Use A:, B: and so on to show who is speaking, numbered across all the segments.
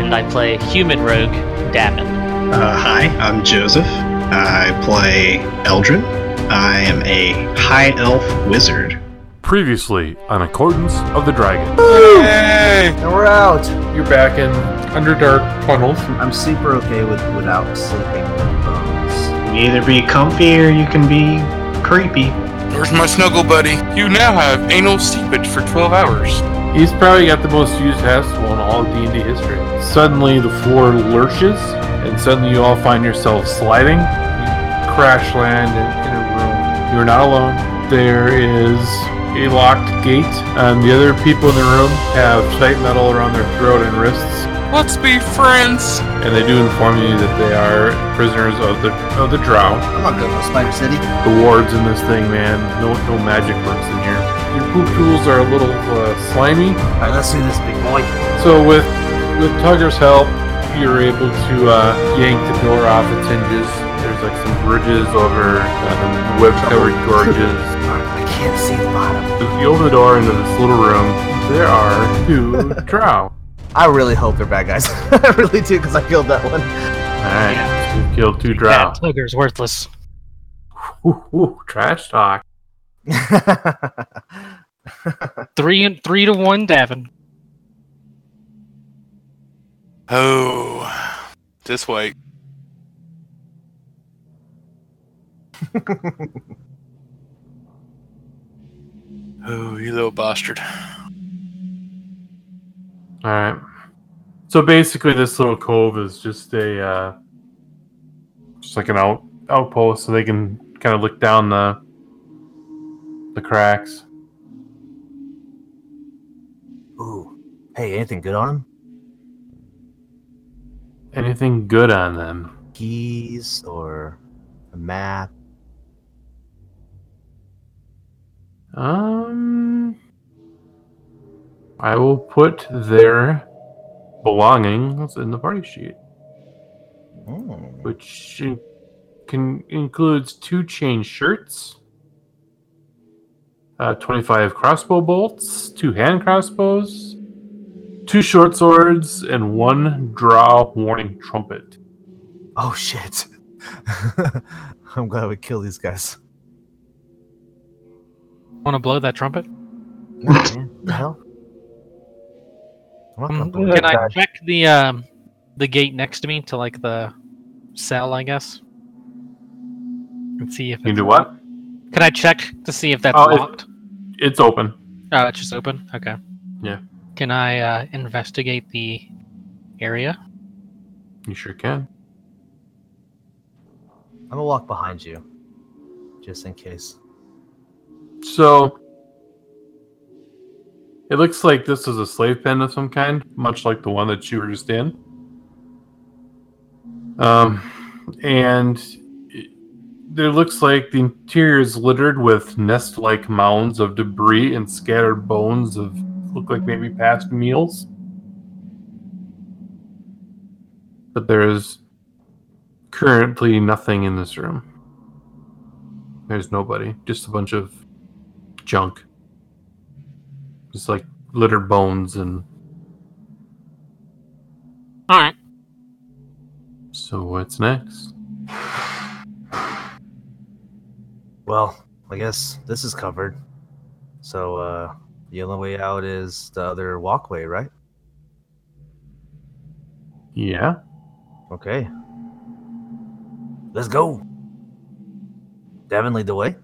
A: and I play human rogue Davin.
B: Uh, hi, I'm Joseph. I play Eldrin. I am a high elf wizard.
C: Previously on Accordance of the Dragon.
D: Hey!
E: And we're out.
C: You're back in Underdark tunnels.
E: I'm super okay with without sleeping bones.
B: You can either be comfy or you can be creepy.
D: Where's my snuggle buddy? You now have anal seepage for 12 hours.
C: He's probably got the most used hassle in all of D&D history. Suddenly the floor lurches, and suddenly you all find yourselves sliding. You crash land in, in a room. You're not alone. There is a locked gate, and the other people in the room have tight metal around their throat and wrists,
D: Let's be friends.
C: and they do inform you that they are prisoners of the of the Drow.
E: I'm not good for Spider City.
C: the wards in this thing, man. No, no magic works in here. Your poop tools are a little uh, slimy,
E: Alright, let's do this, big boy.
C: so with with Tugger's help, you're able to uh, yank the door off its hinges. There's like some bridges over uh, web-covered gorges.
E: I can't see the bottom.
C: If you open the door into this little room, there are two drow.
E: I really hope they're bad guys. I really do, because I killed that one.
C: Alright, you killed two drow.
A: That Tugger's worthless.
C: Ooh, ooh, trash talk.
A: Three and three to one Davin.
D: Oh, this way. oh, you little bastard.
C: All right. So basically, this little cove is just a uh, just like an out outpost, so they can kind of look down the the cracks.
E: Ooh. Hey, anything good on him?
C: Anything good on them?
E: Keys or a map?
C: Um, I will put their belongings in the party sheet,
E: Mm.
C: which in- can includes two chain shirts. uh, 25 crossbow bolts, two hand crossbows, two short swords, and one draw warning trumpet.
E: Oh, shit. I'm glad we killed these guys.
A: Want to blow that trumpet?
E: No, man. What the hell? I'm not gonna
A: Um,
E: blow
A: can
E: that
A: I
E: guy.
A: check the um, the gate next to me to like the cell, I guess, and see if
C: You
A: it's
C: do what?
A: Can I check to see if that's
C: Oh, it-
A: locked?
C: It's open.
A: Oh, it's just open. Okay.
C: Yeah.
A: Can I uh, investigate the area?
C: You sure can.
E: I'm gonna walk behind you, just in case.
C: So, it looks like this is a slave pen of some kind, much like the one that you were just in. Um, and it, it looks like the interior is littered with nest like mounds of debris and scattered bones of look like maybe past meals. But there is currently nothing in this room. There's nobody, just a bunch of junk. Just like littered bones and
A: All right.
C: so what's next?
E: Well, I guess this is covered. So uh the only way out is the other walkway, right?
C: Yeah.
E: Okay. Let's go. Devin lead the way.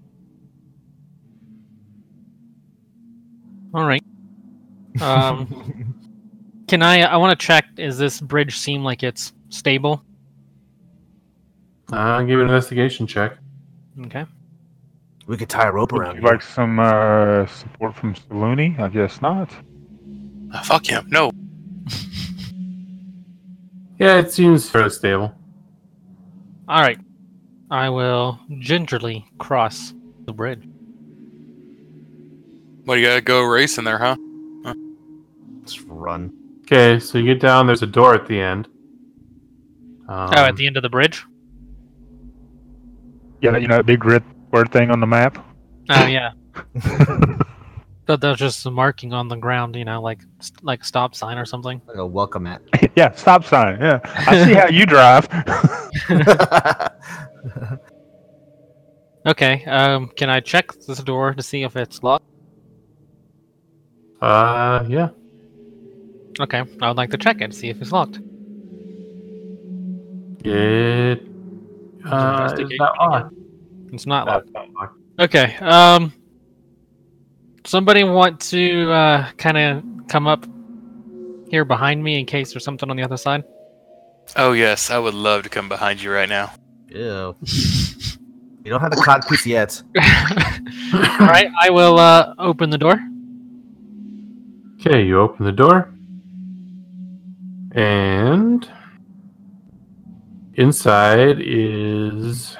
A: All right. Um, can I? I want to check. Is this bridge seem like it's stable?
C: I'll give it an investigation check.
A: Okay.
E: We could tie a rope
F: Would
E: around
F: you
E: you.
F: like some uh, support from Saluni? I guess not.
D: Ah, fuck him. No.
C: Yeah, it seems fairly stable.
A: All right. I will gingerly cross the bridge.
D: What you gotta go racing there, huh?
E: Let's run.
C: Okay, so you get down. There's a door at the end. Um,
A: oh, at the end of the bridge?
G: Yeah, you know that big red word thing on the map.
A: Oh, yeah. That that's just a marking on the ground, you know, like like stop sign or something.
E: Like a welcome at.
G: yeah, stop sign. Yeah, I see how you drive.
A: Okay. Um, can I check this door to see if it's locked?
C: Uh, yeah.
A: Okay. I would like to check it to see if it's locked.
C: It. Uh, is
A: investigate
C: not locked.
A: It's not
C: No,
A: locked.
C: it's not locked.
A: Okay. Um. Somebody want to uh, kind of come up here behind me in case there's something on the other side.
D: Oh yes, I would love to come behind you right now.
E: Ew. You don't have the cockpit yet.
A: All right. I will uh, open the door.
C: Okay, you open the door. And inside is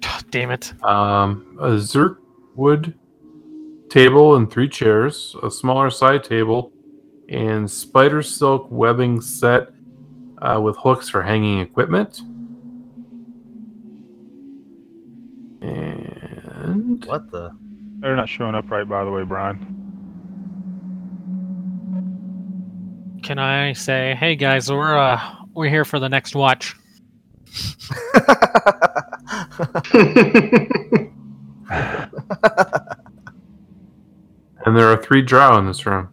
A: God damn it.
C: um, a zirk wood table and three chairs, a smaller side table, and spider silk webbing set uh, with hooks for hanging equipment. And
E: What the?
G: They're not showing up right, by the way, Brian.
A: Can I say, hey guys, we're uh, we're here for the next watch.
C: and there are three drow in this room.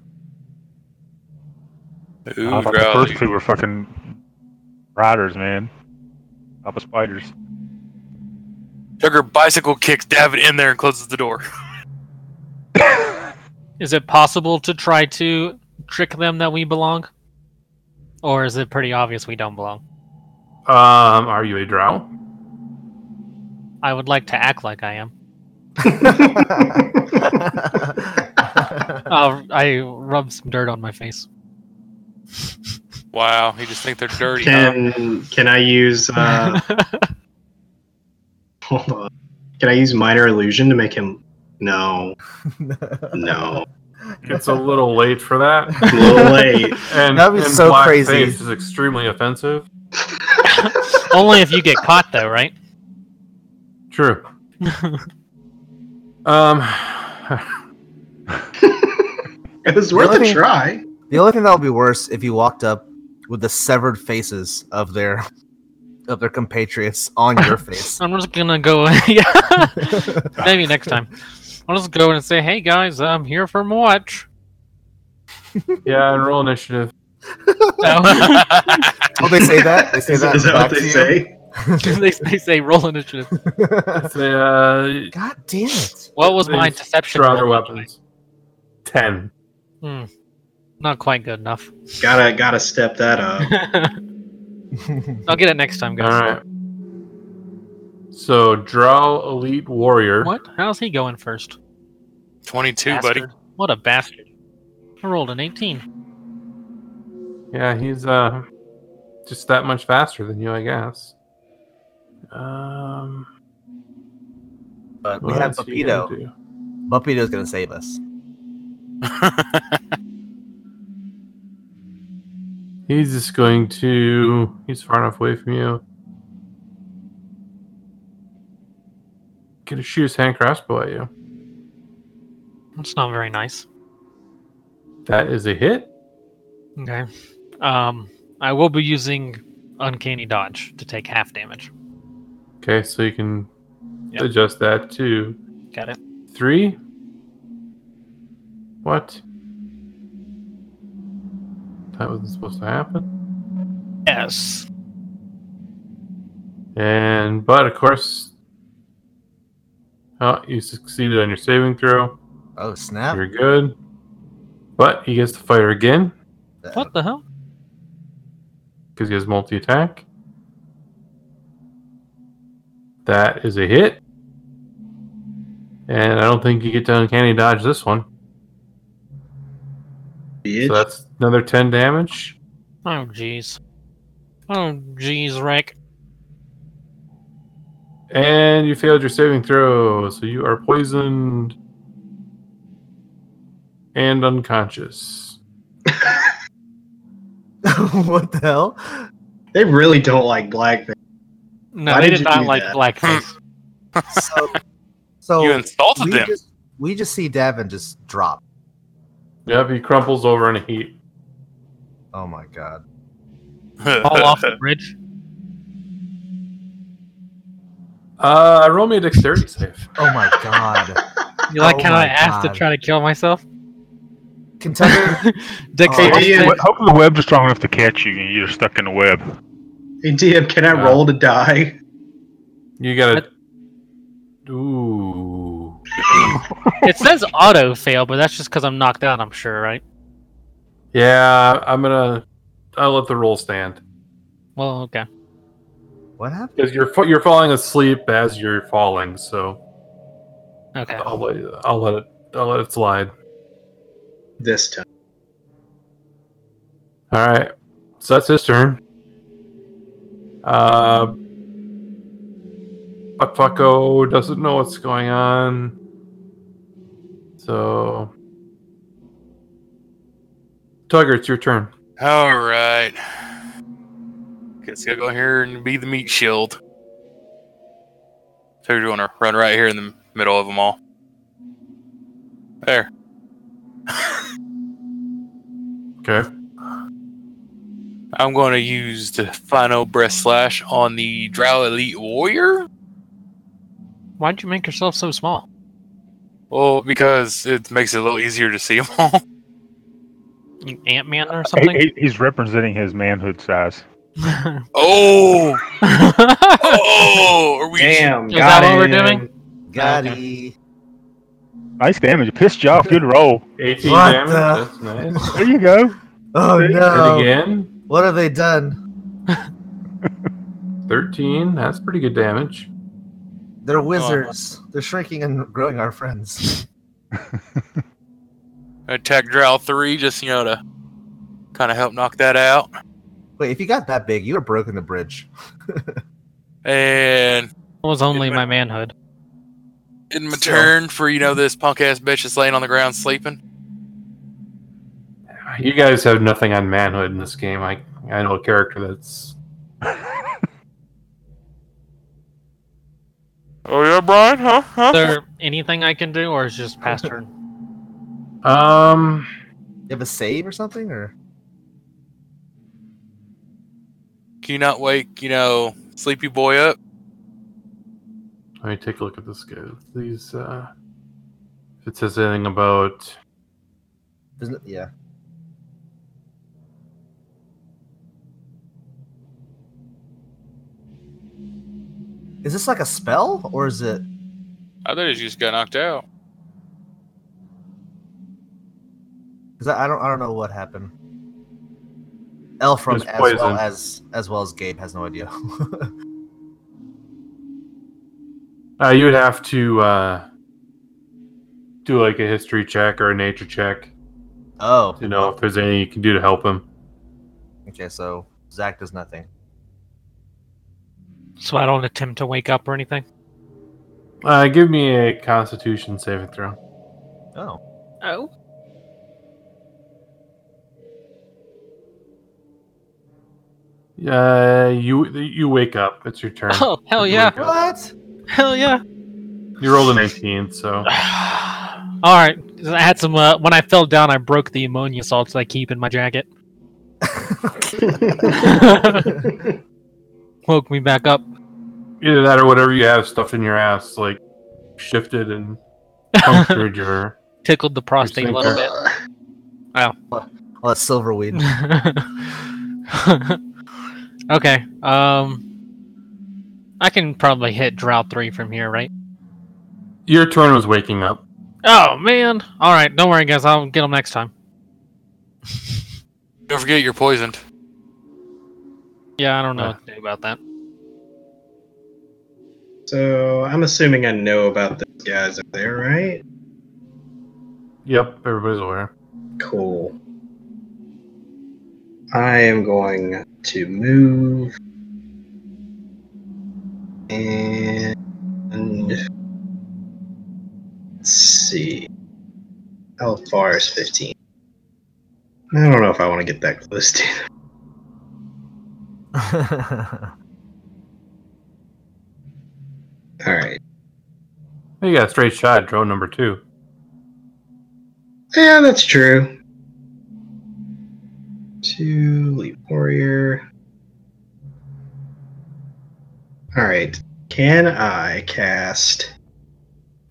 D: Ooh,
G: I thought the
D: Rowley.
G: first two were fucking riders, man. Top of spiders.
D: Tugger bicycle kicks David in there and closes the door.
A: Is it possible to try to trick them that we belong? Or is it pretty obvious we don't belong?
C: Um, are you a drow?
A: I would like to act like I am. Uh, I rub some dirt on my face.
D: Wow, you just think they're dirty. huh?
B: Can can I use uh, hold on? Can I use minor illusion to make him? No, no,
C: It's a little late for that.
B: a little late.
C: And
E: That'd be
C: and
E: so
C: blackface
E: crazy.
C: is extremely offensive.
A: Only if you get caught, though, right?
C: True. um,
B: It was worth
E: Really?
B: a try.
E: The only thing that would be worse if you walked up with the severed faces of their of their compatriots on your face. Oh,
A: I'm just gonna go. yeah, maybe next time. I'll just go and say, "Hey guys, I'm here for my watch."
C: yeah, and roll initiative.
A: No,
E: Oh, they say that? They say
B: Is,
E: that.
B: is that
E: back
B: what
E: to
B: they
E: you?
B: say?
A: they, they say roll initiative.
C: Say, uh,
E: God damn it.
A: What was my
C: Please
A: deception?
C: draw their
A: roll?
C: weapons. Ten.
A: Hmm, not quite good enough.
B: Gotta gotta step that up.
A: I'll get it next time,
C: All
A: guys.
C: right. So, drow elite warrior.
A: What? How's he going first?
D: Twenty-two, buddy.
A: Bastard. What a bastard! I rolled an 18.
C: Yeah, he's uh, just that much faster than you, I guess. Um,
E: But we
C: what
E: have
C: else you gonna
E: Papito.
C: do?
E: Papito's gonna save us.
C: He's just going to. He's far enough away from you. Gonna shoot his hand crossbow at you.
A: That's not very nice.
C: That is a hit.
A: Okay. Um, I will be using uncanny dodge to take half damage.
C: Okay, so you can
A: Yep.
C: adjust that to
A: Got it.
C: three. What? That wasn't supposed to happen.
A: Yes.
C: And but of course, oh, you succeeded on your saving throw.
E: Oh snap.
C: You're good. But he gets to fire again
A: What the hell?
C: because he has multi attack. That is a hit. And I don't think you get to uncanny dodge this one.
B: Bitch.
C: So that's another 10 damage.
A: Oh jeez. Oh jeez, Rick.
C: And you failed your saving throw, so you are poisoned and unconscious.
E: what the hell?
B: they really don't like black people.
A: No,
B: Why
A: they
B: did
A: did
B: you
A: not
B: do
A: like
B: that?
A: blackface.
E: So, so
H: You insulted
E: Oh, we
H: them.
E: just we just see Davin just drop.
C: Yep, he crumples over in a heap.
E: Oh my god.
A: Fall off the bridge.
C: Uh, roll me a dexterity save.
E: Oh my god.
A: You like
E: Oh
A: how I
E: my
A: asked to
E: God.
A: try to kill myself?
E: Kentucky.
A: Dexterity.
B: Oh, yeah.
A: save.
G: But Hopefully the web's strong enough to catch you and you're stuck in the web.
B: Hey, DM, can I
C: Uh,
B: roll to die?
C: You got a. Ooh.
A: it says auto fail, but that's just because I'm knocked out. I'm sure, right?
C: Yeah, I'm gonna. I'll let the roll stand
A: Well, okay.
E: what happened?
C: because you're fa- you're falling asleep as you're falling. So
A: Okay.
C: I'll let I'll let it I'll let it slide.
B: This time.
C: All right, so that's his turn. Uh, Buckfucko doesn't know what's going on, so Tugger, it's your turn.
H: All right. Guess I'll go here and be the meat shield. So you're going to run right here in the middle of them all. There.
C: Okay.
H: I'm going to use the final breath slash on the Drow Elite Warrior.
A: Why'd you make yourself so small?
H: Well, because it makes it a little easier to see them all.
A: You Ant Man or
G: He-
A: something?
G: he- he's representing his manhood size.
H: Oh! Oh! Are we
B: Damn.
A: Is that
B: got
A: what we're
B: him.
A: doing?
E: Got
G: Nice damage. Pissed you off. Good roll.
C: 18
E: What
C: damage.
E: the-
C: That's nice.
G: There you go.
E: Oh
C: And
E: no.
C: again,
E: What have they done?
C: 13. That's pretty good damage.
E: They're wizards. They're shrinking and growing our friends.
H: attack Drow 3 just, you know, to kind of help knock that out.
E: Wait, if you got that big, you would have broken the bridge.
H: And
A: It was only my manhood.
H: in
E: So-
H: return for you know this punk ass bitch that's laying on the ground sleeping.
C: You guys have nothing on manhood in this game. I I know a character that's
H: Oh yeah, Brian, huh? Huh?
A: Is there anything I can do, or is just past turn?
C: um.
E: You have a save or something, or
H: Can you not wake you know sleepy boy up?
C: Let me take a look at this guy. These uh, if it says anything about
E: there's no, yeah. Is this like a spell, or is it?
H: I thought he just got knocked out.
E: Because I I don't, I don't know what happened. L from
C: It's
E: as
C: poison.
E: well as as well as Gabe has no idea.
C: uh, you would have to uh, do like a history check or a nature check.
E: oh,
C: You know if there's anything you can do to help him.
E: okay. So Zach does nothing.
A: So I don't attempt to wake up or anything.
C: Uh, give me a Constitution saving throw.
E: Oh,
A: Oh.
C: Uh, you you wake up. It's your turn.
A: Oh hell
C: You
A: yeah!
C: wake up.
E: what?
A: Hell yeah!
C: You rolled an 18, so
A: All right. I had some. Uh, when I fell down, I broke the ammonia salts I keep in my jacket. Woke me back up.
C: either that or whatever you have stuffed in your ass, like shifted and punctured your.
A: Tickled the prostate a little bit.
E: All that Oh, silver weed.
A: okay. Um, I can probably hit drought three from here, right?
C: Your turn was waking up.
A: Oh man! All right, don't worry, guys. I'll get them next time.
H: Don't forget you're poisoned.
A: Yeah, I don't know
C: Uh.
A: what to do about that.
B: So I'm assuming I know about those guys up there, right?
C: Yep, everybody's aware.
B: Cool. I am going to move. And. Let's see. How far is 15? I don't know if I want to get that close to. Alright.
C: Hey, you got a straight shot, drone number two.
B: Yeah, that's true. Two leap warrior. All right. Can I cast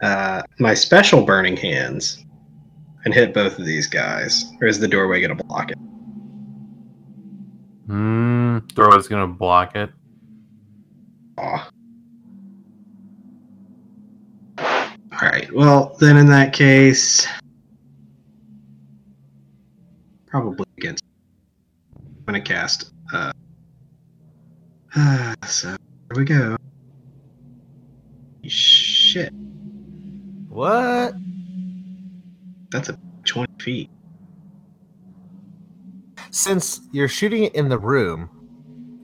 B: uh, my special burning hands and hit both of these guys, or is the doorway gonna block it?
C: Hmm. Throw is gonna block it.
B: Aw. All right. Well, then in that case, probably against. I'm gonna cast. Uh, so here we go. Shit,
E: what?
B: that's a twenty feet.
E: Since you're shooting it in the room,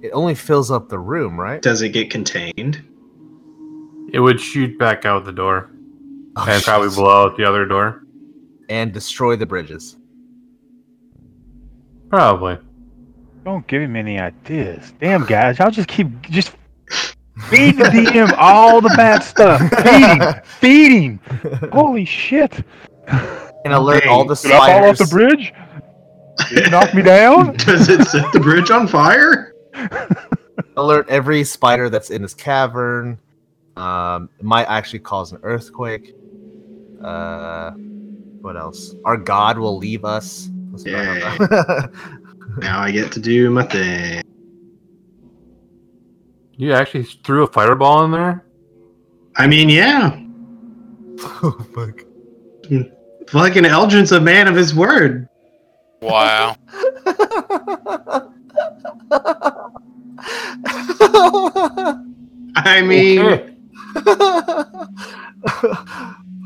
E: it only fills up the room, right?
B: Does it get contained?
C: It would shoot back out the door
E: Oh,
C: and probably
E: shit.
C: blow out the other door.
E: and destroy the bridges.
C: Probably.
G: Don't give him any ideas. Damn, guys, y'all just keep just feed the DM all the bad stuff. Feed him. Feed him. Holy shit!
E: And alert all the
G: Did I fall off
E: spiders.
G: the bridge? Did you knock me down?
B: Does it set the bridge on fire?
E: alert every spider that's in this cavern. Um, it might actually cause an earthquake. Uh, what else? Our god will leave us. Let's go on
B: Yeah.
E: that.
B: Now I get to do my thing.
C: You actually threw a fireball in there?
B: I mean, yeah,
E: oh, fuck.
B: fucking Eldrin's a man of his word.
D: Wow.
B: I mean,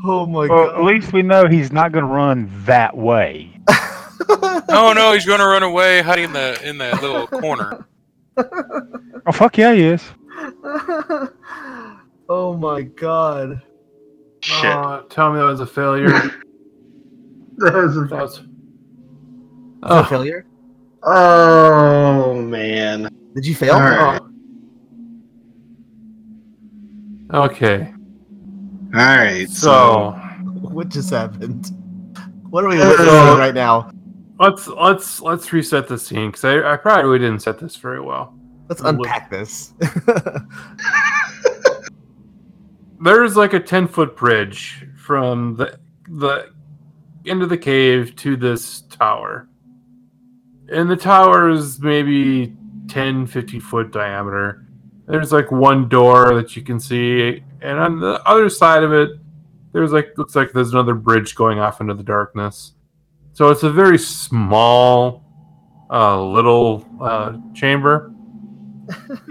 E: oh my
G: Well, at least we know he's not going to run that way.
E: god.
D: Oh no, he's gonna run away, hiding in the in that little corner.
G: Oh fuck yeah, he is.
E: oh my god.
B: shit.
C: Aw, Oh, tell me that was a failure.
B: That was a-
C: That was-
E: Oh.
C: Oh,
E: Failure?
B: oh man.
E: Did you fail?
B: All right.
C: okay.
B: All right.
C: So
E: What just happened? What are we looking at right now?
C: let's let's let's reset the scene because I, I probably didn't set this very well.
E: Let's
C: Look.
E: unpack this.
C: There's like a ten foot bridge from the the end of the cave to this tower, and the tower is maybe 10, 50 foot diameter. There's like one door that you can see, and on the other side of it, there's like looks like there's another bridge going off into the darkness. So it's a very small, uh, little uh, chamber,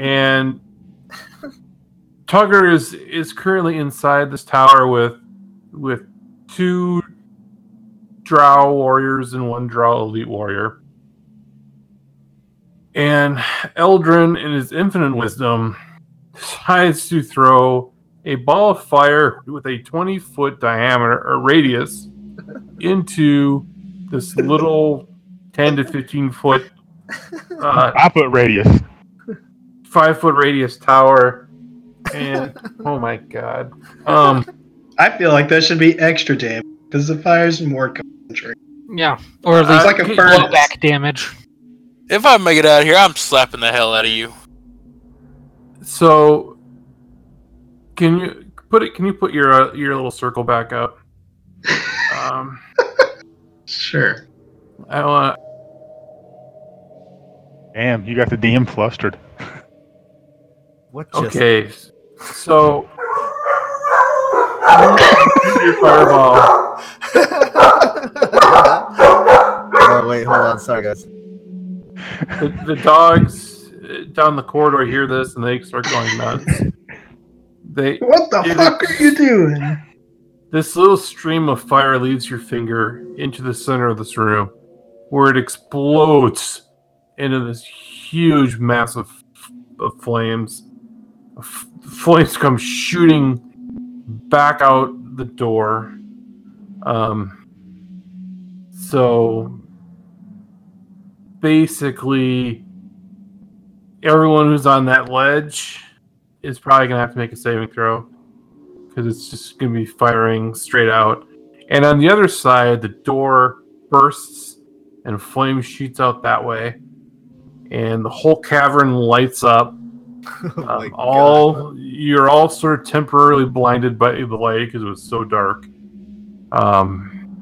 C: and Tugger is is currently inside this tower with with two Drow warriors and one Drow elite warrior. And Eldrin, in his infinite wisdom, decides to throw a ball of fire with a 20 foot diameter or radius into this little 10 to 15 foot uh,
G: I put radius.
C: five foot radius tower. And oh my god. Um
B: I feel like that should be extra damage because the fire's more concentrated.
A: Yeah, or at
C: Uh,
A: least
B: It's like a
C: keep-
B: furnace.
A: blowback damage.
H: If I make it out of here, I'm slapping the hell out of you.
C: so can you put it can you put your uh, your little circle back up? Um
B: Sure.
C: I want
G: Damn, you got the DM flustered.
E: What just
C: okay. So your fireball.
E: oh, wait, hold on. Sorry, guys.
C: The, the dogs uh, down the corridor hear this and they start going nuts. They
B: What the
C: It
B: fuck
C: is-
B: are you doing?
C: This little stream of fire leaves your finger into the center of this room, where it explodes into this huge mass of, of flames. F- flames come shooting back out the door. Um, so basically, everyone who's on that ledge is probably going to have to make a saving throw because it's just going to be firing straight out. And on the other side, the door bursts and flame shoots out that way. And the whole cavern lights up.
E: Oh my
C: Um, all you're all sort of temporarily blinded by the light because it was so dark. Um,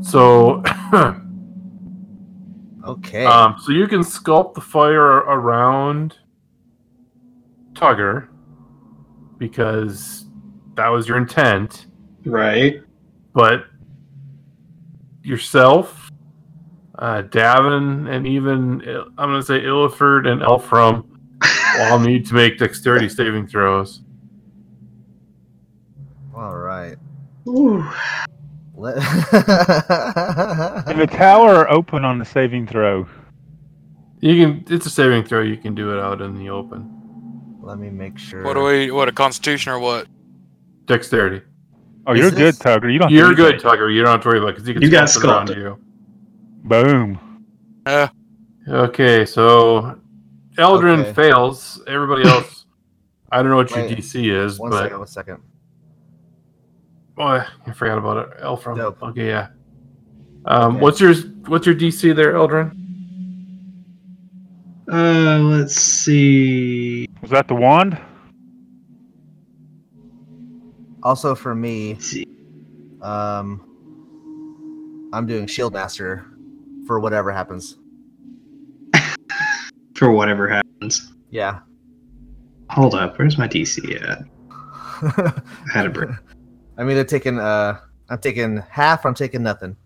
C: so,
E: God. Okay.
C: um, so you can sculpt the fire around Tugger because that was your intent.
B: Right.
C: but yourself, uh, Davin, and even uh, I'm going to say Illiford and Elfram all need to make dexterity saving throws.
E: all right.
B: Ooh.
E: Let-
G: Is the tower open on the saving throw?
C: You can. It's a saving throw. You can do it out in the open.
E: Let me make sure.
H: What do we? What a constitution or what?
C: Dexterity.
G: Oh,
E: Is
G: you're good,
E: this-
G: Tugger. You don't. have to
C: You're
G: do
C: good,
G: that.
C: Tucker. You don't have to worry about because you can
B: You got
C: sculpt it around
B: sculpted.
C: you.
G: Boom.
H: Uh,
C: Okay, so Eldrin
E: Okay.
C: fails. Everybody else, I don't know what your
E: Wait,
C: DC is,
E: One
C: but
E: second. One second.
C: Oh, I forgot about it. Elfram.
E: Nope.
C: Okay, yeah. Um,
E: Okay.
C: What's your What's your DC there, Eldrin?
B: Uh, let's see.
G: Was that the wand?
E: Also for me,
B: Let's see.
E: um, I'm doing Shield Master for whatever happens.
B: For whatever happens.
E: Yeah.
B: Hold up. Where's my DC at?
E: I
B: I had a break.
E: mean, they're taking. Uh, I'm taking half. I'm taking nothing.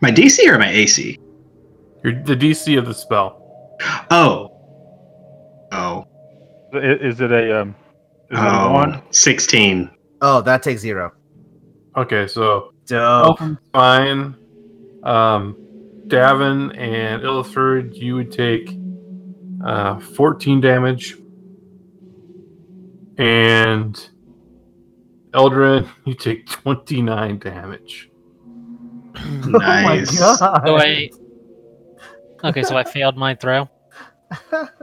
B: My DC or my AC?
C: Your the DC of the spell.
B: Oh. Oh.
G: I- Is it a um? Is it a wand?
B: Oh. 16.
E: Oh, that takes zero.
C: Okay, so
E: Dope.
C: Elfram's fine. Um, Davin and Illithrid, you would take uh, 14 damage, and Eldrin, you take 29 damage.
B: Nice.
E: Oh my
A: So
E: god.
A: I. Okay, so I failed my throw.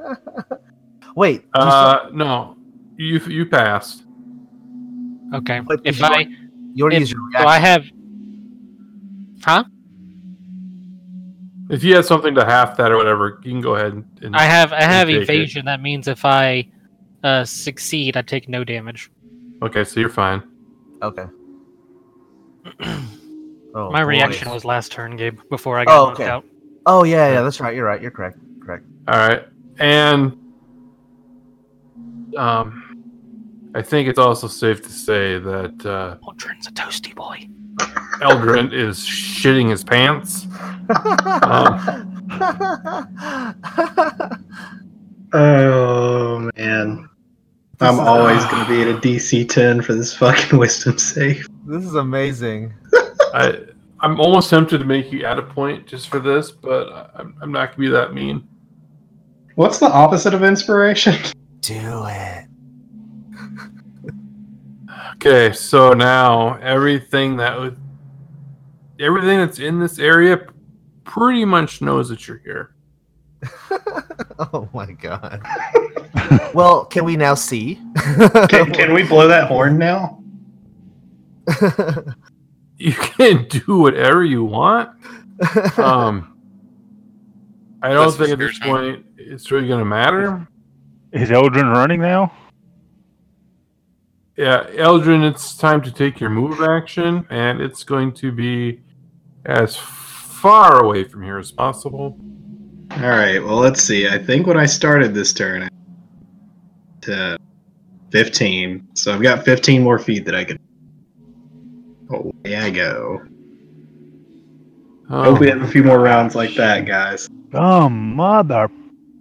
E: Wait. you said-
C: Uh, no, you you passed.
A: Okay.
E: But
A: If
E: you
A: I
E: you already
A: if-
E: used your
A: so I
E: reaction.
A: have Huh?
C: If you had something to half that or whatever, you can go ahead and. and
A: I have I have
C: take it.
A: evasion. That means if I uh succeed I take no damage.
C: okay, so you're fine.
E: Okay. Oh,
A: my
E: boy.
A: reaction was last turn, Gabe, before I got
E: Oh,
A: knocked
E: okay.
A: out.
E: Oh yeah, yeah. That's right. You're right. You're correct. Correct.
C: All right, and um, I think it's also safe to say that uh,
A: Aldrin's a toasty boy.
C: Eldrin is shitting his pants. Um,
B: Oh, man. I'm always going to be at a DC 10 for this fucking wisdom save.
E: this is amazing.
C: I I'm almost tempted to make you add a point just for this, but I- I'm, I'm not gonna be that mean.
B: What's the opposite of inspiration?
E: Do it.
C: Okay, so now everything that would, everything that's in this area pretty much knows that you're here.
E: Oh my god. well, can we now see?
B: Can, can we blow that horn now?
C: you can do whatever you want. Um, I don't
H: That's
C: think at this
H: screwed, huh?
C: point it's really going to matter.
G: Is Eldrin running now?
C: Yeah, Eldrin, it's time to take your move action, and it's going to be as far away from here as possible.
B: All right. Well, let's see. I think when I started this turn, I- to fifteen. So I've got fifteen more feet that I can. Away I go. I
C: Oh,
B: hope we have a few more rounds like that, guys.
G: Oh mother.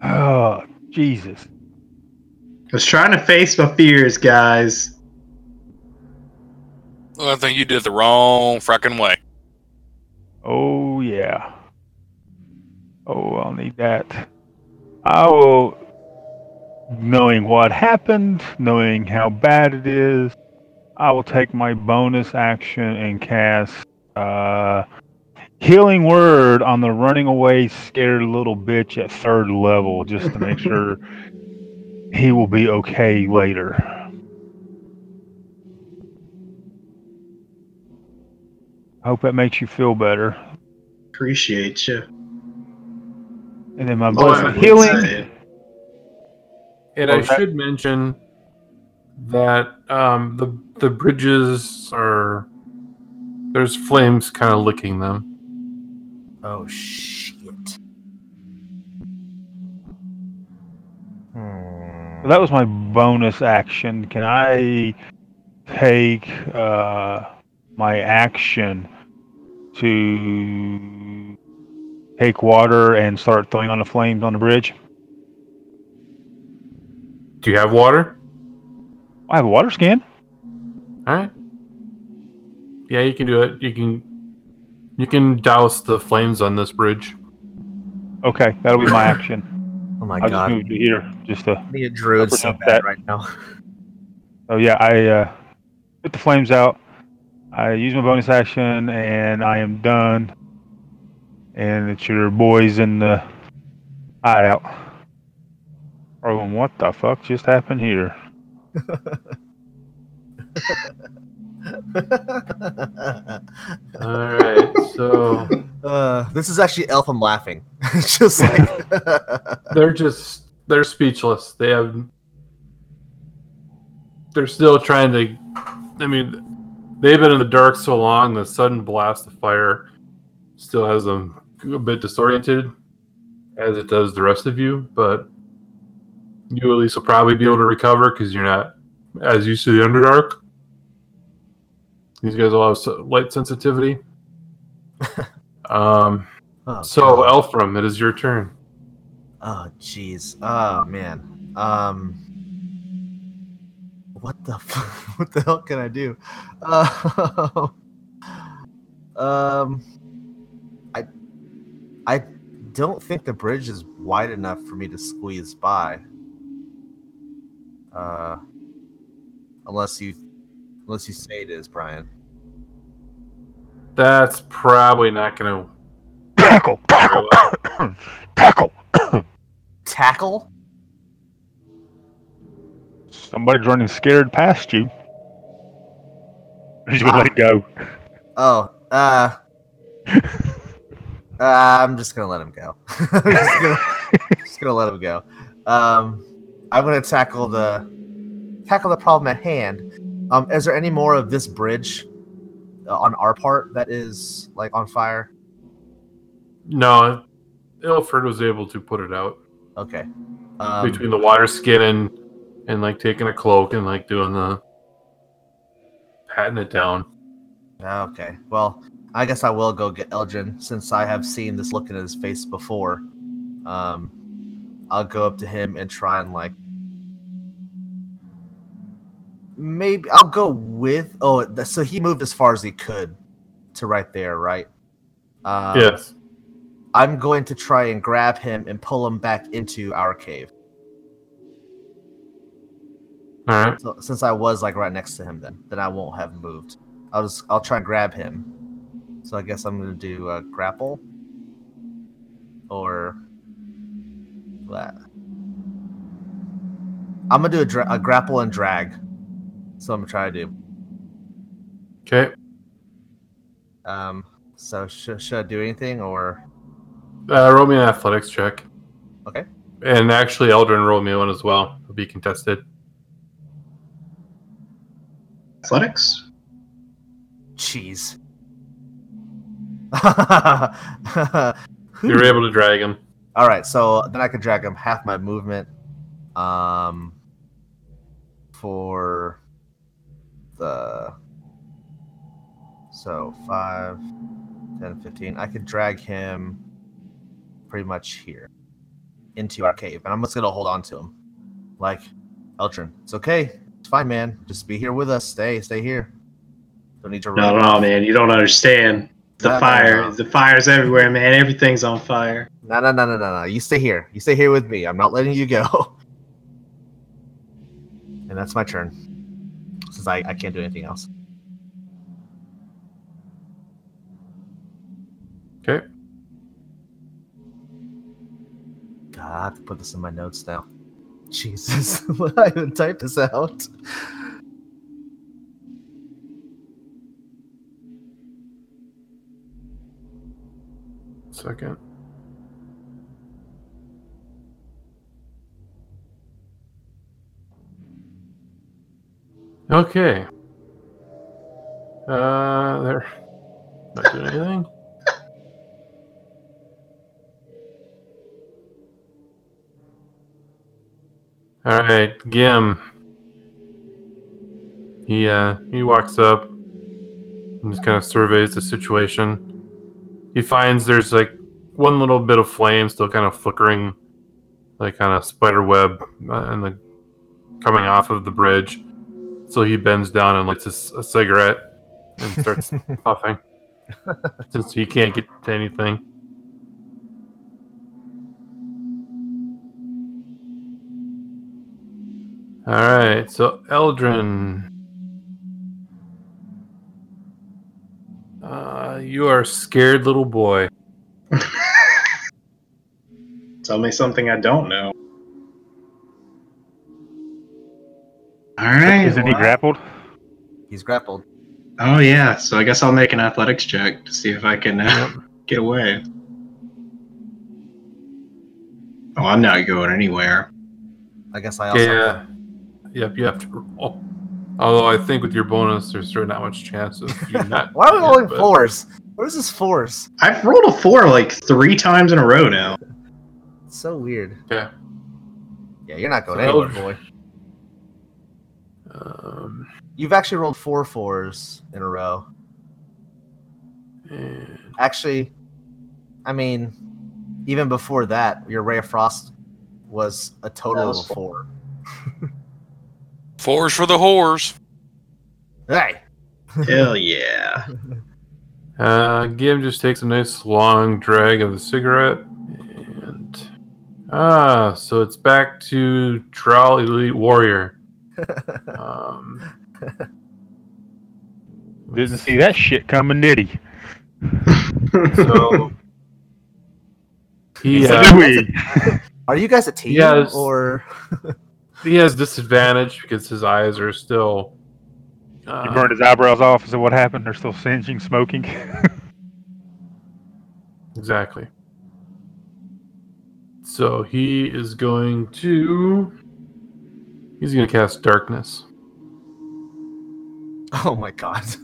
G: Oh Jesus.
B: I was trying to face my fears, guys.
H: well, I think you did it the wrong fracking way.
G: Oh yeah. Oh, I'll need that. I will, knowing what happened, knowing how bad it is, I will take my bonus action and cast uh, Healing Word on the running away scared little bitch at third level just to make sure he will be okay later. Hope that makes you feel better.
B: Appreciate you.
G: And then my
B: Oh,
G: bonus
B: I would
G: healing.
B: say-
C: And I should mention that um, the the bridges are there's flames kind of licking them.
E: Oh shit. Hmm.
G: So that was my bonus action. Can I take uh, my action to take water and start throwing on the flames on the bridge?
C: Do you have water?
G: I have a water skin.
C: All right. Yeah, you can do it. You can you can douse the flames on this bridge.
G: Okay, that'll be my action.
E: Oh my
G: I'll just
E: god.
G: move to here. Just to,
E: Be a druid
G: Upper
E: so
G: up
E: bad
G: that.
E: right now.
G: oh yeah, I uh, put the flames out. I use my bonus action, and I am done. And it's your boys in the hideout. Oh, and what the fuck just happened here?
C: All right. So
E: uh, this is actually Elf. I'm laughing. It's just like
C: they're just they're speechless. They have they're still trying to. I mean, they've been in the dark so long. The sudden blast of fire still has them a bit disoriented, as it does the rest of you. But you at least will probably be able to recover because you're not as used to the underdark. These guys all have s- light sensitivity. um,
E: Oh,
C: so,
E: God.
C: Elfram, it is your turn.
E: Oh jeez. Oh man. Um. What the f- what the hell can I do? Uh, um. I I don't think the bridge is wide enough for me to squeeze by. Uh. Unless you unless you say it is, Brian.
C: That's probably not going to
G: Tackle!
C: very
G: Tackle!
C: well.
G: Tackle!
E: Tackle.
G: Somebody's running scared past you. He's gonna let it go.
E: Oh, uh, uh, I'm just gonna let him go. I'm just, gonna, just gonna let him go. Um, I'm gonna tackle the tackle the problem at hand. Um, is there any more of this bridge uh, on our part that is like on fire?
C: No, Ilford was able to put it out
E: Okay. Um,
C: between the water skin and and like taking a cloak and like doing the patting it down.
E: Okay. Well, I guess I will go get Elgin since I have seen this look in his face before. Um, I'll go up to him and try and like maybe I'll go with oh th- so he moved as far as he could to right there, right? Um,
C: yes.
E: I'm going to try and grab him and pull him back into our cave.
C: All right.
E: So since I was like right next to him, then then I won't have moved. I'll just I'll try and grab him. So I guess I'm gonna do uh, grapple or that. I'm gonna do a, dra- a grapple and drag. So I'm gonna try to do.
C: Okay.
E: Um. So sh- should I do anything or?
C: Uh, roll me an athletics check.
E: Okay.
C: And actually, Eldrin rolled me one as well. It'll be contested.
B: Athletics?
E: Jeez.
C: You're able to drag him.
E: All right, so then I can drag him half my movement. Um, for the so 5, 10, 15. I could drag him pretty much here into our cave, and I'm just gonna hold on to him. Like, Eltrin, it's okay, it's fine, man. Just be here with us. Stay, stay here. Don't need to run.
B: No, no, man. You don't understand. The
E: No, no,
B: fire.
E: no.
B: The fire's everywhere, man. Everything's on fire.
E: No, no, no, no, no, no. You stay here. You stay here with me. I'm not letting you go. And that's my turn. Since I, I can't do anything else.
C: Okay.
E: God, I have to put this in my notes now. Jesus. I haven't typed this out.
C: Second. Okay. Uh, there. Not doing anything. All right, Gim. He uh he walks up and just kind of surveys the situation. He finds there's like one little bit of flame still kind of flickering, like kind of spider web, uh, and the coming off of the bridge. So he bends down and lights a, c- a cigarette and starts puffing, since he can't get to anything. All right, so Eldrin, uh, you are a scared little boy.
B: Tell me something I don't know. All right.
G: Isn't he
B: well-
G: grappled?
E: He's grappled.
B: Oh yeah. So I guess I'll make an athletics check to see if I can uh, get away. Oh, I'm not going anywhere.
E: I guess I also.
C: Yeah. Yep, you have to roll. Although I think with your bonus, there's sort of not much chance of you not.
E: Why are we
C: doing it,
E: rolling
C: but-
E: fours? What is this fours?
B: I've rolled a four like three times in a row now.
E: It's so weird.
C: Yeah.
E: Yeah, you're not going
C: So-
E: anywhere, boy.
C: Um,
E: You've actually rolled four fours in a row.
C: and-
E: Actually, I mean, even before that, your Ray of Frost was a total
I: That was
E: of a four.
H: Fours for the whores.
E: Hey!
B: Hell yeah.
C: uh, Gim just takes a nice long drag of the cigarette. And. Ah, so it's back to Trial Elite Warrior. Um,
G: Didn't see that shit coming, did he?
C: so. He, uh,
G: Did we?
E: Are you guys a team?
C: Yes.
E: Or
C: he has disadvantage because his eyes are still.
G: He
C: Uh,
G: burned his eyebrows off. So what happened? They're still singeing, smoking.
C: Exactly. So he is going to. He's going to cast darkness.
E: oh my god,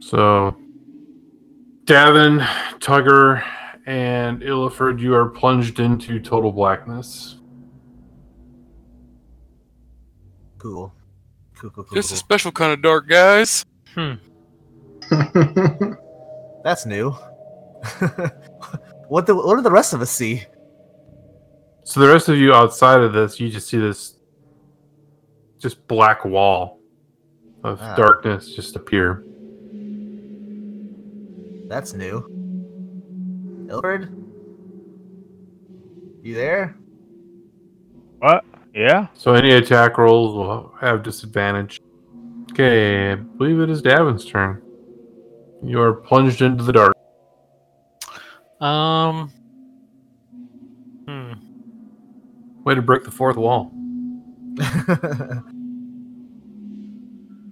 C: So, Davin, Tugger, and Illiford, you are plunged into total blackness.
E: cool, cool, cool, cool.
H: Just a
E: cool.
H: special kind of dark, guys.
E: That's new. what the? What do the rest of us see?
C: So the rest of you outside of this, you just see this, just black wall of
E: Ah.
C: darkness just appear.
E: That's new. Ilford, you there?
G: what? Yeah.
C: So any attack rolls will have disadvantage. Okay, I believe it is Davin's turn. You are plunged into the dark.
A: Um. Hmm.
C: Way to break the fourth wall.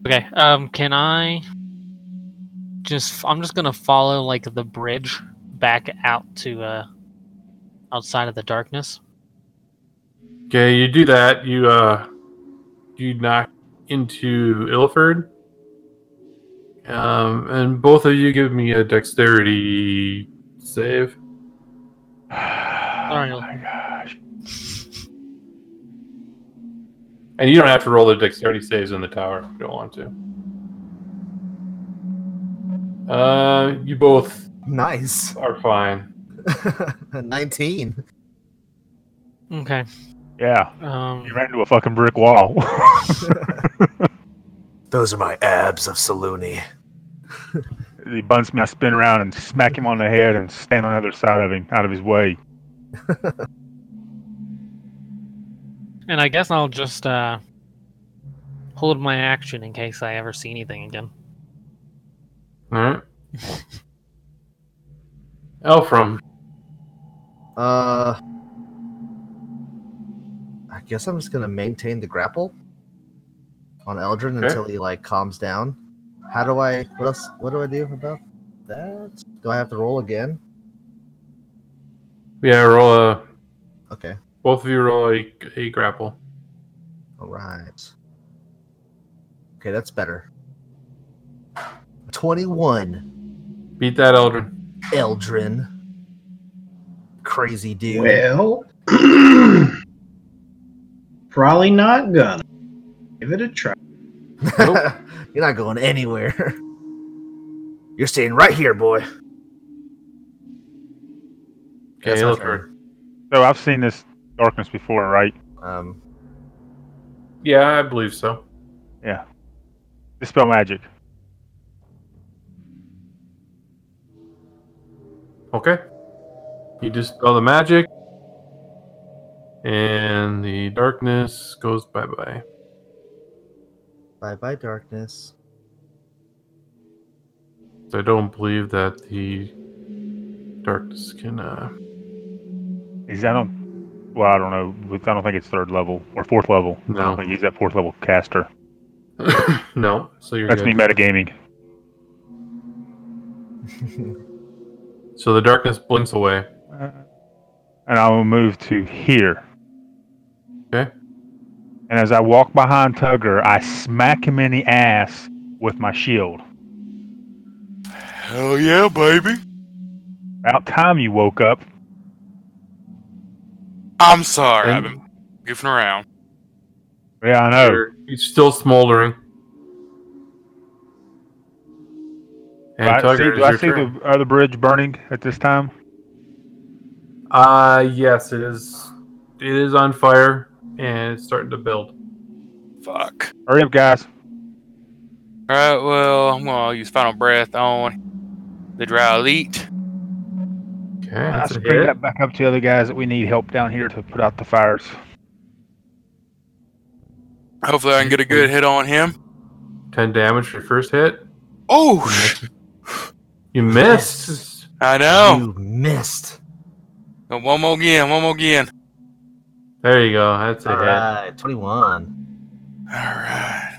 A: Okay. Um. Can I? Just. I'm just gonna follow like the bridge back out to uh outside of the darkness.
C: Okay, you do that. You uh, you knock into Illiford. Um, and both of you give me a dexterity save.
A: Sorry,
G: oh
A: Ilford.
G: my gosh.
C: And you don't have to roll the dexterity saves in the tower if you don't want to. Uh, you both
E: nice.
C: are fine.
E: Nineteen.
A: Okay.
G: Yeah.
A: Um.
G: You ran into a fucking brick wall.
E: Those are my abs of Saluni.
G: he bunts me. I spin around and smack him on the head and stand on the other side of him, out of his way.
A: And I guess I'll just uh, hold my action in case I ever see anything again.
C: All right. Elfram,
E: Uh, I guess I'm just gonna maintain the grapple on Eldrin
C: Okay.
E: until he like calms down. How do I? What else? What do I do about that? Do I have to roll again?
C: yeah, roll a.
E: Okay.
C: Both of you roll a, a grapple.
E: All right. Okay, that's better. Twenty-one,
C: Beat that, Eldrin.
E: Eldrin. Crazy dude.
B: Well, probably not gonna. Give it a try.
C: Nope.
E: You're not going anywhere. You're staying right here, boy.
C: Okay,
E: That's my
C: Illiford.
G: So I've seen this darkness before, right?
E: Um,
C: Yeah, I believe so.
G: Yeah. Dispel magic.
C: Okay. You dispel the magic, and the darkness goes bye bye.
E: bye bye, darkness.
C: I don't believe that the darkness can. Uh,
G: Is I don't. Well, I don't know. but I don't think it's third level or fourth level. I
C: No.
G: don't think he's that fourth level caster.
C: no, so you're
G: That's
C: good.
G: me metagaming.
C: So the darkness blinks away.
G: Uh, and I will move to here.
C: Okay.
G: And as I walk behind Tugger, I smack him in the ass with my shield.
H: Hell yeah, baby.
G: About time you woke up.
H: I'm sorry.
C: And-
H: I've been goofing around.
G: Yeah, I know.
C: You're, you're still smoldering. And
G: Right, see-
C: Tugger,
G: do I
C: is
G: see
C: your turn.
G: the other bridge burning at this time?
C: Uh, yes, it is. It is on fire, and it's starting to build.
H: Fuck.
G: Hurry up, guys.
H: All right. Well, I'm gonna use final breath on the dry elite.
C: Okay,
G: I
C: that's a
G: should bring
C: hit.
G: that back up to the other guys that we need help down here to put out the fires.
H: Hopefully, I can get a good hit on him.
C: Ten damage for your first hit.
H: Oh, sh-
C: You missed.
H: I know.
E: You missed.
H: One more again. One more again.
C: There you go. That's a
E: All
C: hit.
E: right, 21.
H: All right.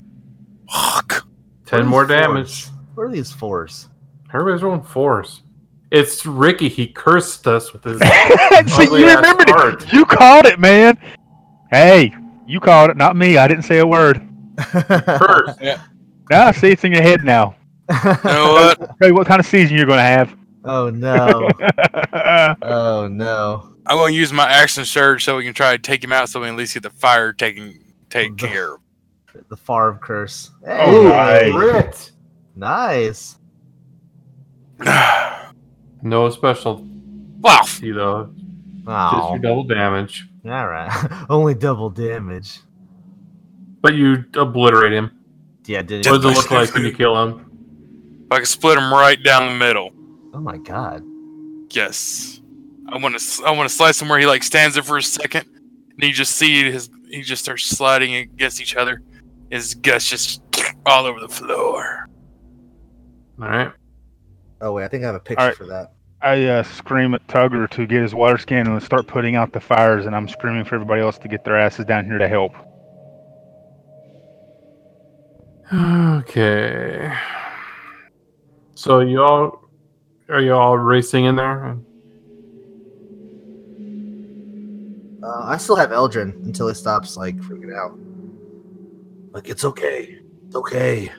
H: Fuck.
C: Ten more damage.
E: What are these fours?
C: Everybody's rolling fours. It's Ricky. He cursed us with his.
G: See,
C: Ugly
G: you
C: ass
G: remembered
C: art.
G: it. You called it, man. Hey, you called it, not me. I didn't say a word.
C: Curse.
G: Now I see it's in your head now.
H: You know what?
G: Tell you what kind of season you're going to have.
E: oh no. Oh no.
H: I'm gonna use my action surge so we can try to take him out, so we can at least get the fire taken take care. of.
E: The Favre curse. Hey,
G: Oh,
C: Hey,
G: nice.
C: Rit.
E: nice.
C: No special,
H: wow.
C: you know, just
E: Wow.
C: your double damage.
E: All right. Only double damage.
C: But you obliterate him.
E: Yeah, did
C: What
E: it?
C: does it look like when you kill him?
H: I can split him right down the middle.
E: Oh my god.
H: Yes. I want to. I want to slice him where he like stands there for a second, and you just see his. He just starts sliding against each other. His guts just all over the floor.
C: All right.
E: Oh wait, I think I have a picture
G: Alright.
E: for that.
G: I uh, scream at Tugger to get his water scan and start putting out the fires, and I'm screaming for everybody else to get their asses down here to help.
C: Okay. So you all are you all racing in there?
E: Uh, I still have Eldrin until he stops like freaking out. Like it's okay. It's okay.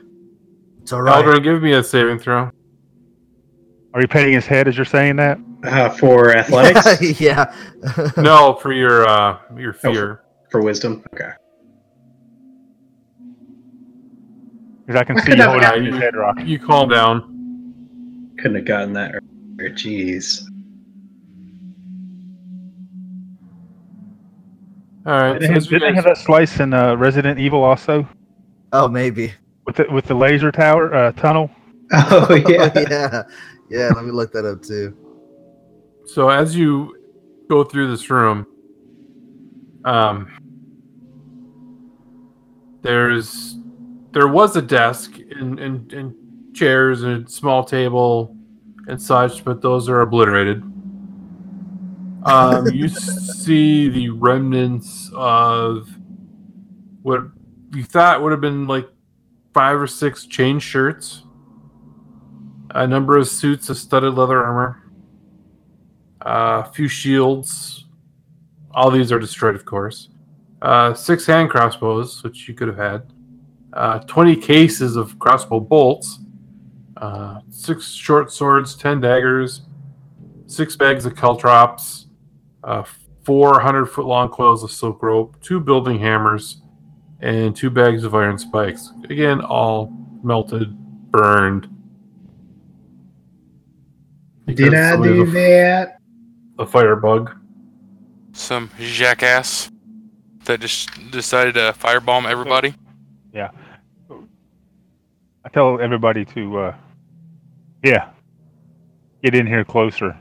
E: It's alright.
C: Eldrin, give me a saving throw.
G: Are you petting his head as you're saying that?
B: Uh, for athletics?
E: yeah.
C: No, for your uh your fear.
B: for wisdom? Okay.
G: Because I can
B: I
G: see
B: could
G: you
B: have-
G: holding
C: Yeah,
G: his
C: you-
G: head rock.
C: You calm down.
B: Couldn't have gotten that earlier. Jeez.
C: All right. So
G: Did
C: as
G: they,
C: you
G: did they
C: guys-
G: have that slice in uh, Resident Evil also
E: oh, maybe.
G: with the, with the laser tower uh, tunnel?
B: Oh yeah.
E: yeah. Yeah, let me look that up too.
C: So as you go through this room, um, there's there was a desk and, and, and chairs and a small table and such, but those are obliterated. Um, you see the remnants of what you thought would have been like five or six chain shirts, a number of suits of studded leather armor uh, a few shields. All these are destroyed, of course. Uh, six hand crossbows, which you could have had. Uh, 20 cases of crossbow bolts. Uh, six short swords, 10 daggers. Six bags of caltrops. Uh, 400 foot long coils of silk rope. Two building hammers. And two bags of iron spikes. Again, all melted, burned.
B: Did
C: Because
B: I
C: somebody
B: do
C: was a-
B: that?
C: A firebug.
H: Some jackass that just decided to firebomb everybody.
G: I tell everybody to, uh, yeah, get in here closer.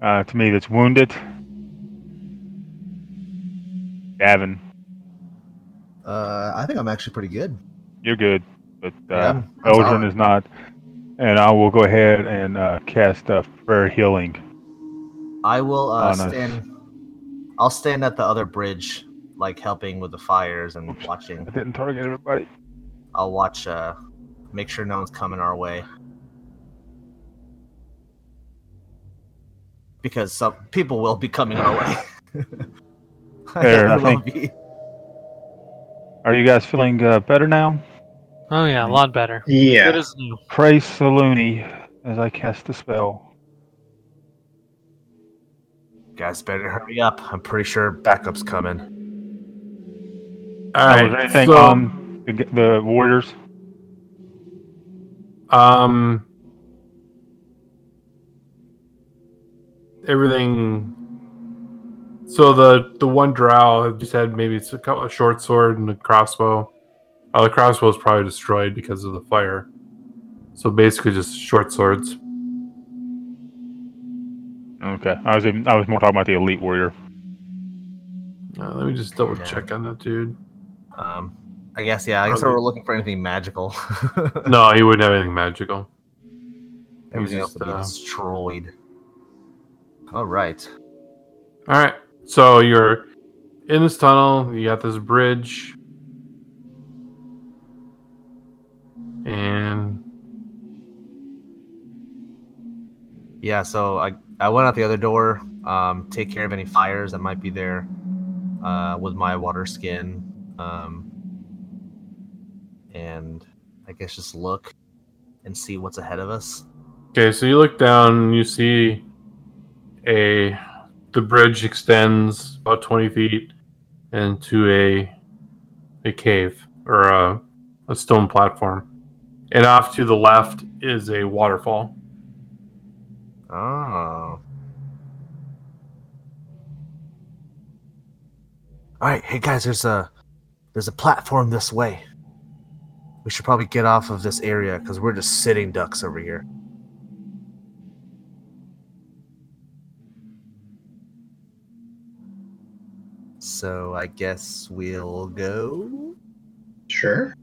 G: Uh, to me, that's wounded. Gavin,
E: Uh, I think I'm actually pretty good.
G: you're good, but uh,
E: Yeah, that's all
G: Eldrin
E: right.
G: is not. And I will go ahead and uh, cast uh, prayer healing.
E: I will uh,
G: Oh, nice.
E: stand. I'll stand at the other bridge, like helping with the fires and
G: Oops.
E: watching.
G: I didn't target everybody.
E: I'll watch. Uh, make sure no one's coming our way. Because some people will be coming our way.
G: Fair, I
E: They will
G: think.
E: be.
G: Are you guys feeling uh, better now?
A: Oh yeah, a lot better. Good
B: Yeah.
A: as new.
G: Praise Saluni as I cast the spell.
E: Guys, better hurry up. I'm pretty sure backup's coming.
C: All
G: Now,
C: right.
G: was there anything
C: so-
G: on the, the warriors?
C: Um, everything. So the the one drow just had maybe it's a, couple, a short sword and a crossbow. Uh, the crossbow is probably destroyed because of the fire. So basically, just short swords.
G: Okay, I was even, I was more talking about the elite warrior.
C: Uh, let me just double check on that dude.
E: Um, I guess yeah. I guess
C: Probably.
E: we're looking for anything magical.
C: No, he wouldn't have anything magical. It was
E: Everything else
C: just,
E: would be
C: uh,
E: destroyed. All right.
C: All right. So you're in this tunnel. You got this bridge, and
E: Yeah, so I, I went out the other door, um, take care of any fires that might be there uh, with my water skin. Um, and I guess just look and see what's ahead of us.
C: Okay, so you look down and you see a the bridge extends about twenty feet into a a cave or a, a stone platform. And off to the left is a waterfall.
E: Oh. All right, hey guys, there's a there's a platform this way. We should probably get off of this area because we're just sitting ducks over here. So I guess we'll go,
B: Sure.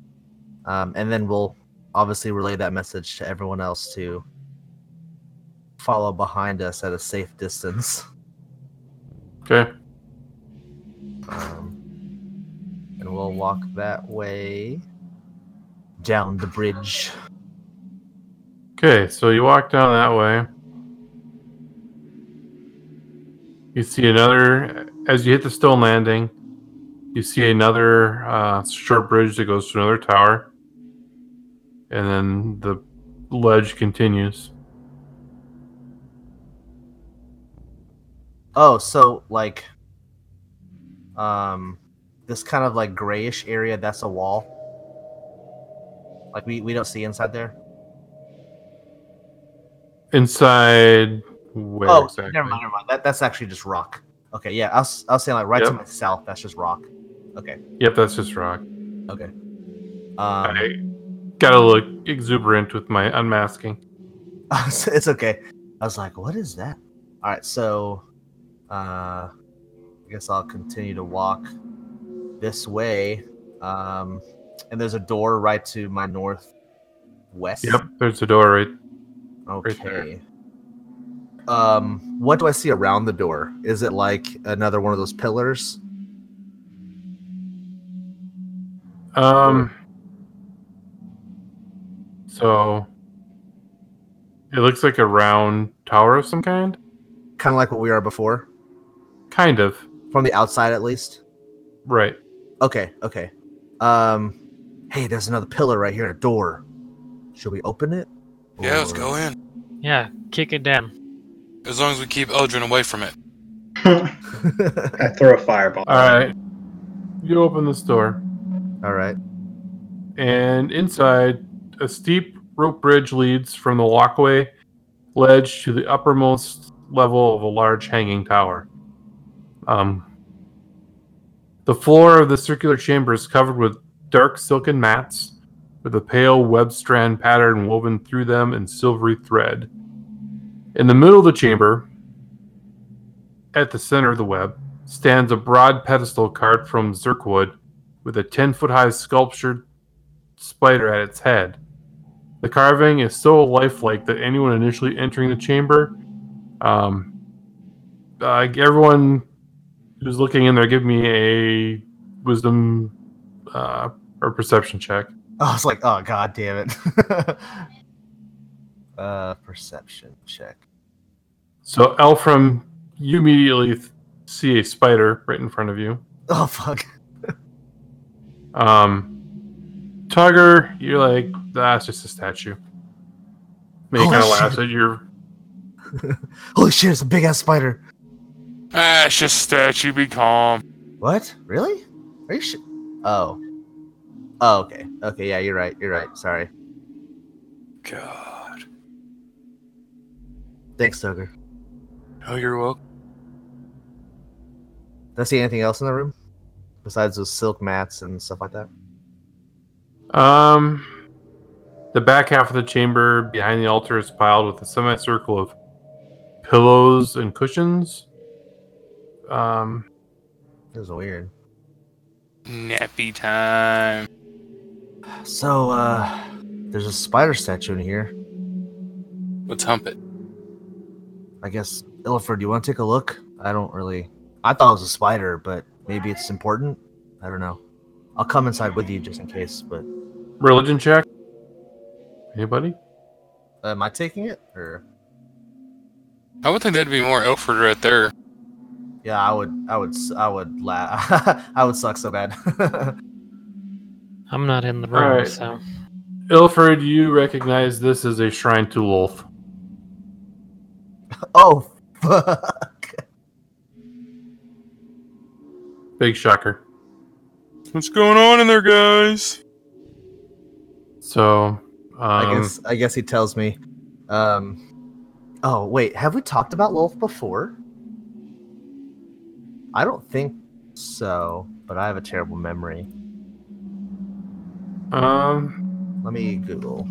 E: um, and then we'll obviously relay that message to everyone else to follow behind us at a safe distance.
C: Okay.
E: Um, and we'll walk that way down the bridge.
C: Okay, so you walk down that way. You see another as you hit the stone landing, you see another uh, short bridge that goes to another tower. And then the ledge continues.
E: Oh, so like, um, this kind of like grayish area that's a wall. Like we we don't see inside there.
C: Inside where
E: oh,
C: exactly?
E: never mind, never mind. That that's actually just rock. Okay, yeah, I was I was saying like right to
C: Yep.
E: my south, that's just rock.
C: Yep, that's just rock.
E: Okay. Um,
C: I Gotta look exuberant with my unmasking.
E: it's okay. I was like, what is that? All right, so uh, I guess I'll continue to walk this way. Um, and there's a door right to my northwest.
C: Yep, there's a door right.
E: Okay.
C: there.
E: Um, what do I see around the door? Is it like another one of those pillars?
C: Um. So it looks like a round tower of some kind.
E: Kind of like what we are before,
C: Kind of.
E: from the outside at least.
C: Right.
E: Okay, okay. Um, hey, there's another pillar right here, a door. Should we open it?
H: Yeah, let's
E: Or-
H: go in.
A: Yeah, kick it down.
H: As long as we keep Eldrin away from it.
B: I throw a fireball.
C: All right. You open this door,
E: All right.
C: and inside, a steep rope bridge leads from the walkway ledge to the uppermost level of a large hanging tower. Um, the floor of the circular chamber is covered with dark silken mats, with a pale web strand pattern woven through them in silvery thread. In the middle of the chamber, at the center of the web, stands a broad pedestal carved from zirkwood with a 10 foot high sculptured spider at its head. The carving is so lifelike that anyone initially entering the chamber, um, uh, everyone who's looking in there, give me a wisdom uh, or perception check.
E: I was like, oh god damn it. uh perception check.
C: So, Elfram, you immediately th- see a spider right in front of you.
E: Oh fuck.
C: Um, Tugger, you're like, that's just a statue. Make
E: Holy
C: kind of
E: shit.
C: laughs at your
E: Holy shit, it's a big ass spider.
H: Ah, it's just a statue. Be calm.
E: What? Really? Are you sh- Oh. Oh, okay. Okay, yeah, you're right. You're right. Sorry.
H: God.
E: Thanks, Tugger.
H: Oh, you're welcome.
E: Did I see anything else in the room? Besides those silk mats and stuff like that?
C: Um, the back half of the chamber behind the altar is piled with a semicircle of pillows and cushions. Um,
E: It was weird.
H: Nappy time.
E: So uh there's a spider statue in here.
H: Let's hump it.
E: I guess Illiford, do you want to take a look? I don't really I thought it was a spider, but maybe it's important. I don't know. I'll come inside with you just in case, but
C: religion check. Anybody?
E: Am I taking it? Or
H: I would think that'd be more Elford right there.
E: yeah, I would, I would, s- I would laugh. I would suck so bad.
A: I'm not in the room,
C: Alright.
A: so
C: Ilford, you recognize this as a shrine to Lolth.
E: oh, fuck!
C: Big shocker.
H: What's going on in there, guys?
C: So, um,
E: I guess, I guess he tells me. Um, oh wait, have we talked about Lolf before? I don't think so, but I have a terrible memory.
C: um,
E: Let me Google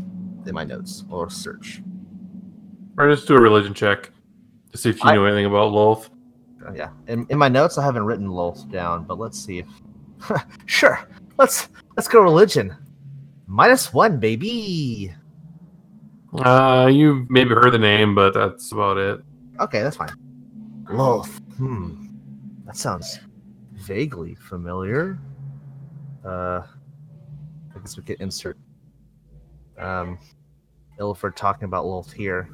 E: in my notes or search.
C: or just do a religion check to see if you
E: I-
C: knew anything about Lolth.
E: Uh, yeah, in, in my notes I haven't written Lolf down, but let's see if. sure, let's let's go religion. Minus one, baby.
C: Uh, you maybe heard the name, but that's about it.
E: Okay, that's fine. Loth. Hmm. That sounds vaguely familiar. Uh, I guess we could insert um, Illiford talking about Loth here.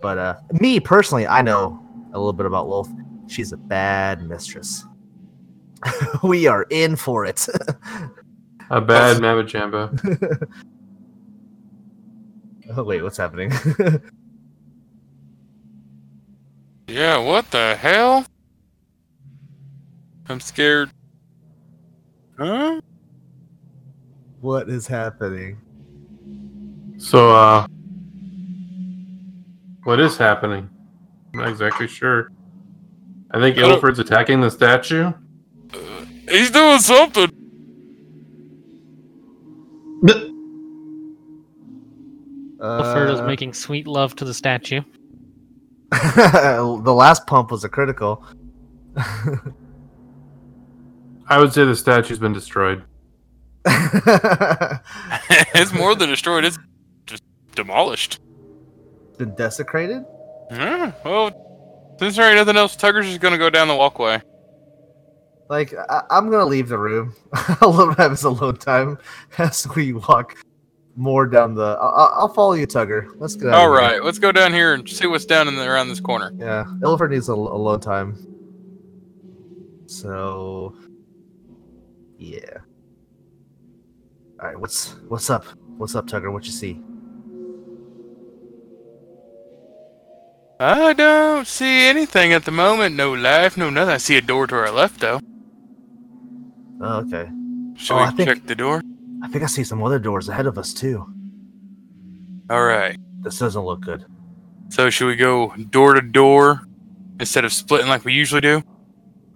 E: But uh, me personally, I know a little bit about Loth. She's a bad mistress. we are in for it.
C: A bad Mabajamba.
E: oh, wait, what's happening?
H: Yeah, what the hell? I'm scared. Huh?
E: what is happening?
C: So, uh, what is happening? I'm not exactly sure. I think
H: I don't-
C: Ilford's attacking the statue.
H: He's doing something.
A: Alfredo's
E: Uh,
A: making sweet love to the statue.
E: the last pump was a critical.
C: I would say the statue's been destroyed.
E: Been
H: it's more than destroyed. It's just demolished.
E: desecrated?
H: Yeah, well, since there ain't nothing else, Tugger's just gonna go down the walkway.
E: Like I- I'm gonna leave the room. I'll let him have his alone time as we walk more down the. I- I- I'll follow you, Tugger. Let's get out.
H: All
E: of here.
H: right, let's go down here and see what's down in the, around this corner.
E: Yeah, Illifer needs a, l- alone time. So, yeah. All right, what's what's up? What's up, Tugger? What you see?
H: I don't see anything at the moment. No life, no nothing. I see a door to our left, though.
E: Oh, okay.
H: Should
E: Oh,
H: we
E: I think-
H: check the door?
E: I think I see some other doors ahead of us too.
H: All right.
E: This doesn't look good.
H: So should we go door to door instead of splitting like we usually do?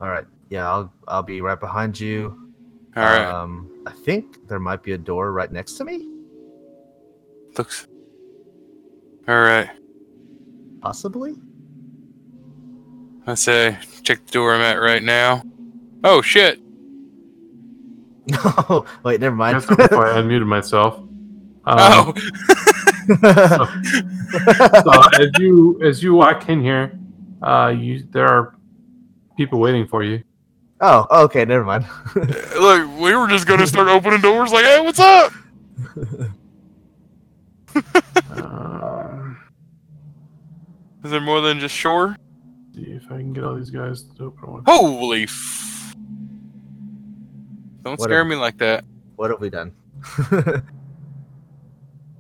E: All right. Yeah, I'll I'll be right behind you.
H: All right.
E: Um, I think there might be a door right next to me,
H: Looks. All right.
E: possibly.
H: I say check the door I'm at right now. Oh shit!
E: No, wait, never
C: I
E: mind.
C: guess I'm fine. I unmuted myself. Um,
E: Uh-huh.
H: oh,
C: so as you as you walk in here, uh, you there are people waiting for you.
E: oh, okay, never mind.
H: Oh, look, we were just gonna start opening doors like, hey, what's up?
C: Um,
H: Is there more than just shore?
C: see if I can get all these guys to open one.
H: Holy! F- Don't scare
E: Whatever.
H: me like that.
E: What have we done?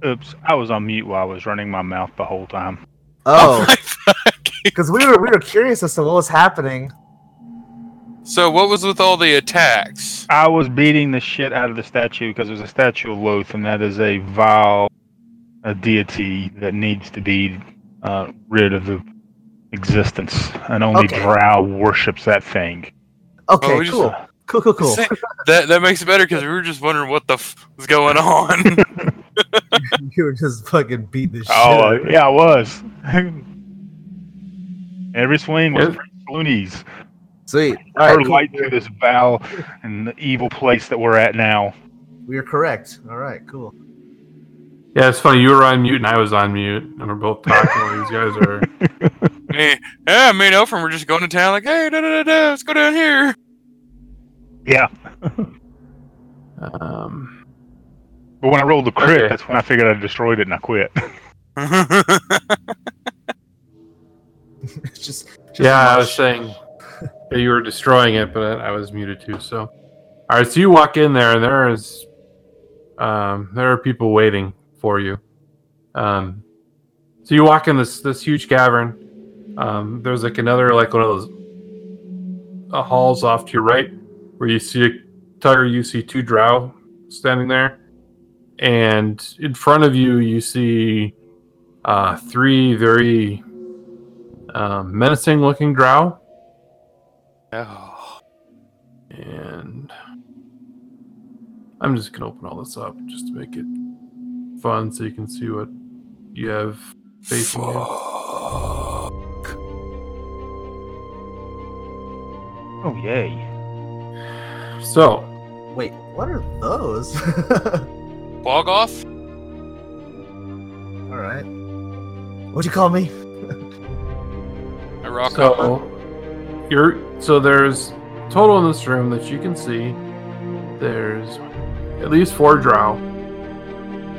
G: Oops, I was on mute while I was running my mouth the whole time.
E: oh,
H: my
E: because we were we were curious as to what was happening.
H: So what was with all the attacks?
G: I was beating the shit out of the statue because it was a statue of Loth, and that is a vile a deity that needs to be uh, rid of the existence, and only
E: Okay.
G: Drow worships that thing.
E: Okay,
H: Oh, we just-
E: cool. cool, cool, cool,
H: Say- That that makes it better because we were just wondering what the f was going on.
E: You were just fucking beat the shit.
G: Oh
E: out of it.
G: yeah, I was. Every swing was
C: Yeah.
G: Looney's.
E: Sweet. All
G: Her
E: right, cool.
G: light to this vow and the evil place that we're at now.
E: we are correct. All right, cool.
C: Yeah, it's funny. You were on mute and I was on mute, and we're both talking while these guys are.
H: Eh, yeah, me and Elfram were just going to town like, hey, da da da da, let's go down here.
G: Yeah.
C: Um,
G: But when I rolled the crit,
C: Okay.
G: that's when I figured I destroyed it and I quit.
E: It's just, just
C: yeah, I
E: mush.
C: was saying that you were destroying it, but I was muted too. So, all right. So you walk in there, and there is, um, there are people waiting for you. Um, so you walk in this this huge cavern. Um, there's like another like one of those uh, halls off to your right, where you see a Tugger. You see two Drow standing there, and in front of you, you see uh, three very um, menacing looking Drow.
H: Oh,
C: And I'm just gonna open all this up just to make it fun, so you can see what you have facing you.
G: Oh yay.
C: So,
E: Wait, what are those?
H: Bog off?
E: All right. What'd you call me?
H: I rock up.
C: so you're so there's total in this room that you can see. There's at least four drow.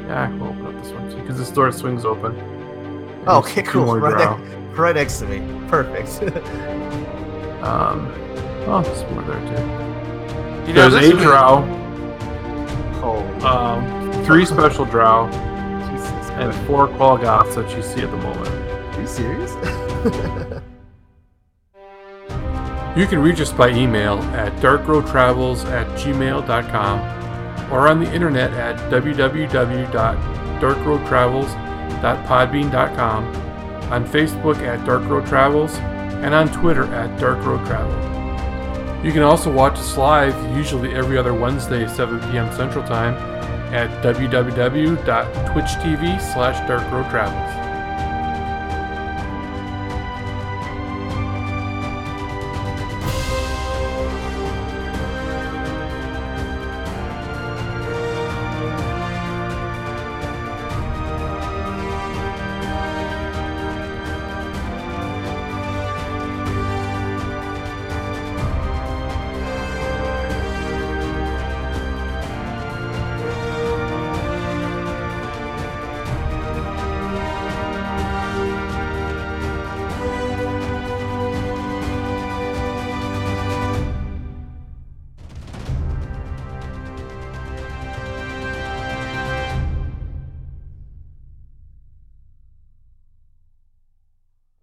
C: Yeah, we'll open up this one too because this door swings open. And
E: Oh,
C: you
E: okay,
C: see two
E: cool,
C: more
E: right
C: drow.
E: Right next to me. Perfect.
C: Um, oh, there's more there too.
H: You know,
C: There's a
H: this is-
C: drow,
E: oh,
C: um, three special drow,
E: Jesus.
C: and four qualgoths that you see at the moment.
E: Are you serious?
C: You can reach us by email at darkroadtravels at gmail.com or on the internet at www.darkroadtravels.podbean.com, on Facebook at Dark Road Travels, and on Twitter at Dark Road Travel. You can also watch us live, usually every other Wednesday, 7 p.m. Central Time, at www.twitch.tv slash darkroadtravels.